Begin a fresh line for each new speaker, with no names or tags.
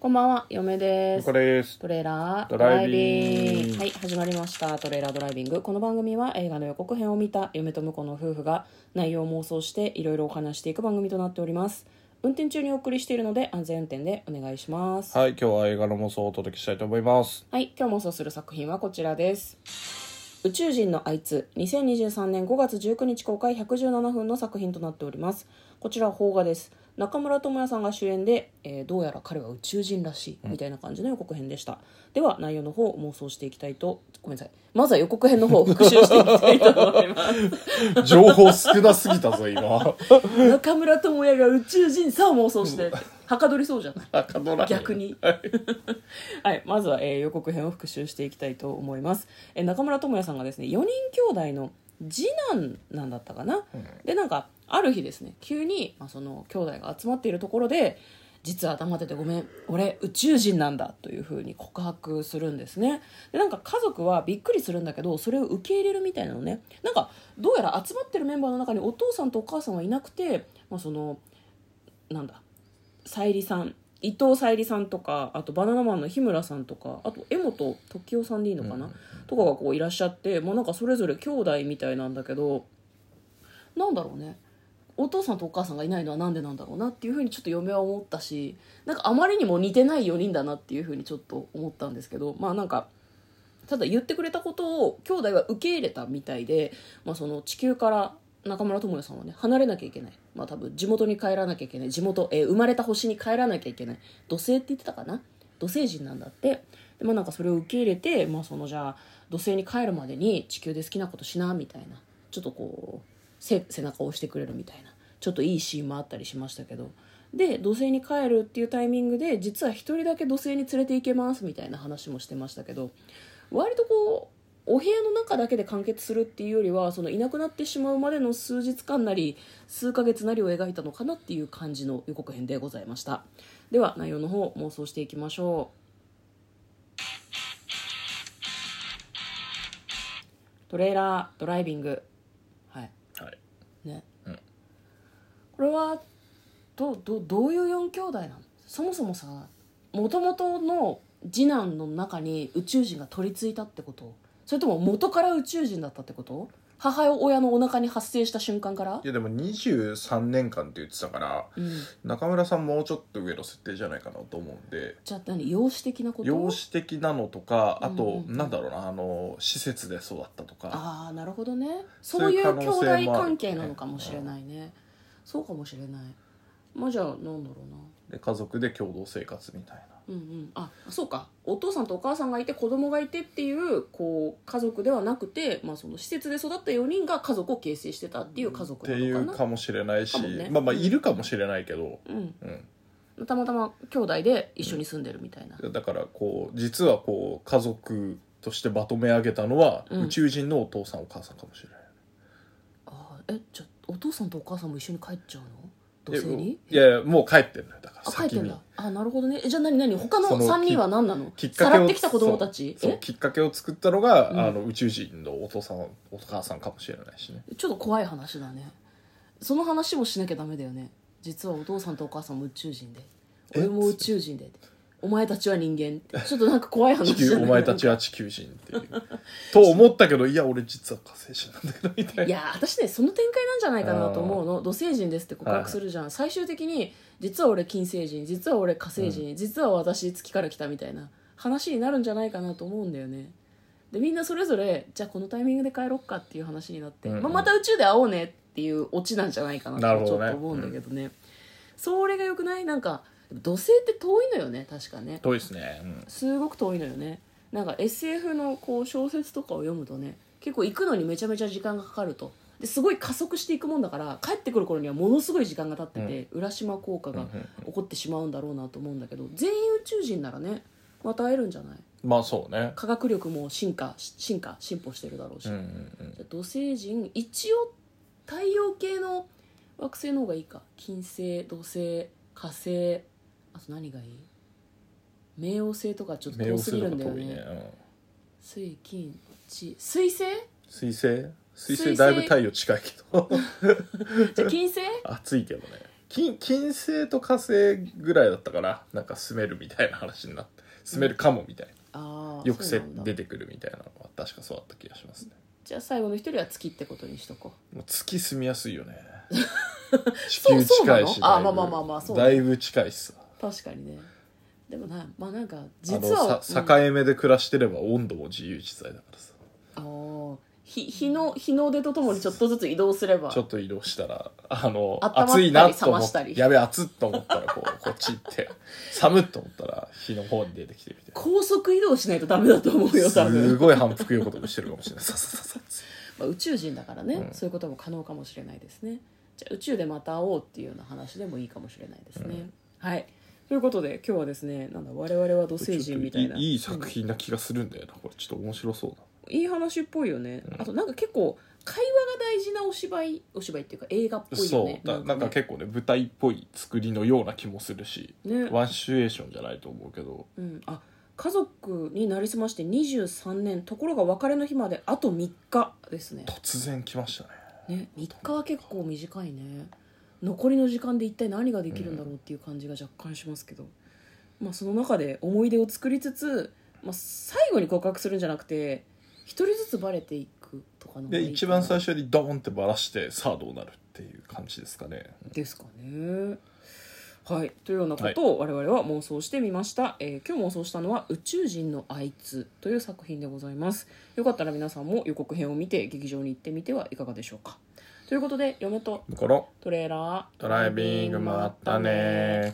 こんばんは、嫁です
こ。れです。
トレーラー
ドライビング
はい、始まりました。トレーラードライビング。この番組は映画の予告編を見た嫁と婿の夫婦が内容を妄想していろいろお話していく番組となっております。運転中にお送りしているので安全運転でお願いします。
はい、今日は映画の妄想をお届けしたいと思います。
はい、今日妄想する作品はこちらです。宇宙人のあいつ2023年5月19日公開117分の作品となっておりますこちらは邦画です中村智也さんが主演で、えーどうやら彼は宇宙人らしいみたいな感じの予告編でした、では内容の方を妄想していきたいとごめんなさいまずは予告編の方を 復習していきたいと思います
情報少なすぎたぞ、今。
中村智也が宇宙人さを妄想してはかどりそうじゃない
赤ドラ
逆。に、はいま ずは、えー予告編を復習していきたいと思います、えー中村智也さんがですね4人兄弟の次男なんだったかな、でなんかある日ですね急に、まあ、その兄弟が集まっているところで実は黙っててごめん俺宇宙人なんだというふうに告白するんですねでなんか家族はびっくりするんだけどそれを受け入れるみたいなのねなんかどうやら集まってるメンバーの中にお父さんとお母さんはいなくて、まあ、そのなんださゆりさん伊藤沙莉さんとかあとバナナマンの日村さんとかあと柄本時生さんでいいのかな、とかがこういらっしゃってもうなんかそれぞれ兄弟みたいなんだけどなんだろうねお父さんとお母さんがいないのはなんでなんだろうなっていうふうにちょっと嫁は思ったしなんかあまりにも似てない4人だなっていうふうにちょっと思ったんですけどまあなんかただ言ってくれたことを兄弟は受け入れたみたいで、まあ、その地球から中村智也さんはね離れなきゃいけない、まあ、多分地元に帰らなきゃいけない地元、えー生まれた星に帰らなきゃいけない土星って言ってたかな土星人なんだってで、まあ、なんかそれを受け入れて、まあ、そのじゃあ土星に帰るまでに地球で好きなことしなみたいなちょっとこうせ背中を押してくれるみたいなちょっといいシーンもあったりしましたけどで土星に帰るっていうタイミングで実は1人だけ土星に連れて行けますみたいな話もしてましたけど割とこうお部屋の中だけで完結するっていうよりはそのいなくなってしまうまでの数日間なり数ヶ月なりを描いたのかなっていう感じの予告編でございましたでは内容の方妄想していきましょうトレーラードライビングはい
はい。
ね、
うん
これはどどどういう4兄弟なのそもそもさもともとの次男の中に宇宙人が取り付いたってことそれとも元から宇宙人だったってこと母親のお腹に発生した瞬間から
いや、でも23年間って言ってたから、
うん
中村さんもうちょっと上の設定じゃないかなと思うんで、
じゃあ何養子的なこと
容姿的なのとか、あ
うん
と
う、んうん
なんだろうな、あの、施設で育ったとか。
ああなるほどねそ
そうう
い
いうう
兄
可
弟
能性もある
関係なのかもしれないねそうかもしれないまあじゃあなんだろうな
で、家族で共同生活みたいな。
うんうん、あそうかお父さんとお母さんがいて子供がいてっていうこう家族ではなくて、まあ、その施設で育った4人が家族を形成してたっていう家
っ
族
て
ないの
う
かな
かもしれないし、
かもね
まあまあ、いるかもしれないけど、
うん、
うん。
たまたま兄弟で一緒に住んでるみたいな、
だからこう実はこう家族としてまとめ上げたのは、
うん
宇宙人のお父さんお母さんかもしれない
あーえじゃあお父さんとお母さんも一緒に帰っちゃうの土
え
星に
いやいやもう帰ってんのよだから
あ帰って
先
ん
に
だあなるほどねえじゃあ何何他の
その
3人は何なの
きっか
さ
けを
らってきた子供たち
そう
え
きっかけを作ったのが、
うん
あの宇宙人のお父さんお母さんかもしれないしね
ちょっと怖い話だねその話もしなきゃダメだよね実はお父さんとお母さんも宇宙人で
え
俺も宇宙人でお前たちは人間ってちょっとなんか怖い
地
話
球
だね
お前たちは地球人っていうと思ったけどいや俺実は火星人なんだけどみたい
い
な
や私ねその展開なんじゃないかなと思うの土星人ですって告白するじゃん、最終的に実は俺金星人実は俺火星人、実は私月から来たみたいな話になるんじゃないかなと思うんだよねでみんなそれぞれじゃあこのタイミングで帰ろっかっていう話になって、
うんうん
まあ、また宇宙で会おうねっていうオチなんじゃないかな
なる
と
ほ
ちょ
ど
っと
ね
思うんだけどねそれがよくないなんか土星って遠いのよね確かね
遠いですね、うん
すごく遠いのよねなんか SF のこう小説とかを読むとね結構行くのにめちゃめちゃ時間がかかるとですごい加速していくもんだから帰ってくる頃にはものすごい時間が経ってて、浦島効果が起こってしまうんだろうなと思うんだけど全員宇宙人ならねまた会えるんじゃない
まあそうね
科学力も進化し進化進歩してるだろうし、
うんうん
じゃあ土星人一応太陽系の惑星の方がいいか金星土星火星あと何がいい冥王星とかちょっ
うん
と
冥王
遠す
星
ぎる
とか
んだよ
遠い
ね
ね、うん、
水金地水星
水星水
水星
星だいぶ太陽近いけど
じゃあ金星
暑いけどね金金星と火星ぐらいだったからなんか住めるみたいな話になって住めるかもみたい
ああ
な、よくせ
そうなんだ
出てくるみたいなのは確かそうだった気がしますね
じゃあ最後の一人は月ってことにしとこ
もう月住みやす いよね地
そう
球近い
そう
し
なのあ
だいぶ
まあまあまあまあそうね
だいぶ近いしさ
う確かにねでもなまあなんか
あ
実は
のさ境目で暮らしてれば温度も自由自在だからさ
うんああ日日の日の出とともにちょっとずつ移動すれば
ちょっと移動したらあの
温まったり
暑いなと
冷ま
思っ
した
た
り
やべえ暑っと思ったらこうこっち行 って寒っと思ったら火の方に出てきてみたいな
高速移動しないとダメだと思うよ多
す
分、
ごい反復横跳びしてるかもしれないささささ
まあ、宇宙人だからね、
うん
そういうことも可能かもしれないですねじゃあ宇宙でまた会おうっていうような話でもいいかもしれないですね、はいということで今日はですねなんだ我々は土星人みたいな
ちょっといいいい作品な気がするんだよなこれちょっと面白そう
いい話っぽいよね、あとなんか結構会話が大事なお芝居お芝居っていうか映画っぽ
だ
いよ
そう
ね
だなん
ね
か結構ね舞台っぽい作りのような気もするし
ね
ワンシチュエーションじゃないと思うけど
うん、あ家族になりすまして23年ところが別れの日まであと3日ですね
突然来ましたね
ね3日は結構短いね残りの時間で一体何ができるんだろうっていう感じが若干しますけど、まあ、その中で思い出を作りつつ、まあ、最後に告白するんじゃなくて一人ずつバレていくとかの方が
で
いいかな
一番最初にドーンってばらしてさあどうなるっていう感じですかね
ですかね。はい、というようなことを我々は妄想してみました、えー今日妄想したのは「宇宙人のあいつ」という作品でございますよかったら皆さんも予告編を見て劇場に行ってみてはいかがでしょうかということで嫁と
だから
トレーラー
ドライビングもあったね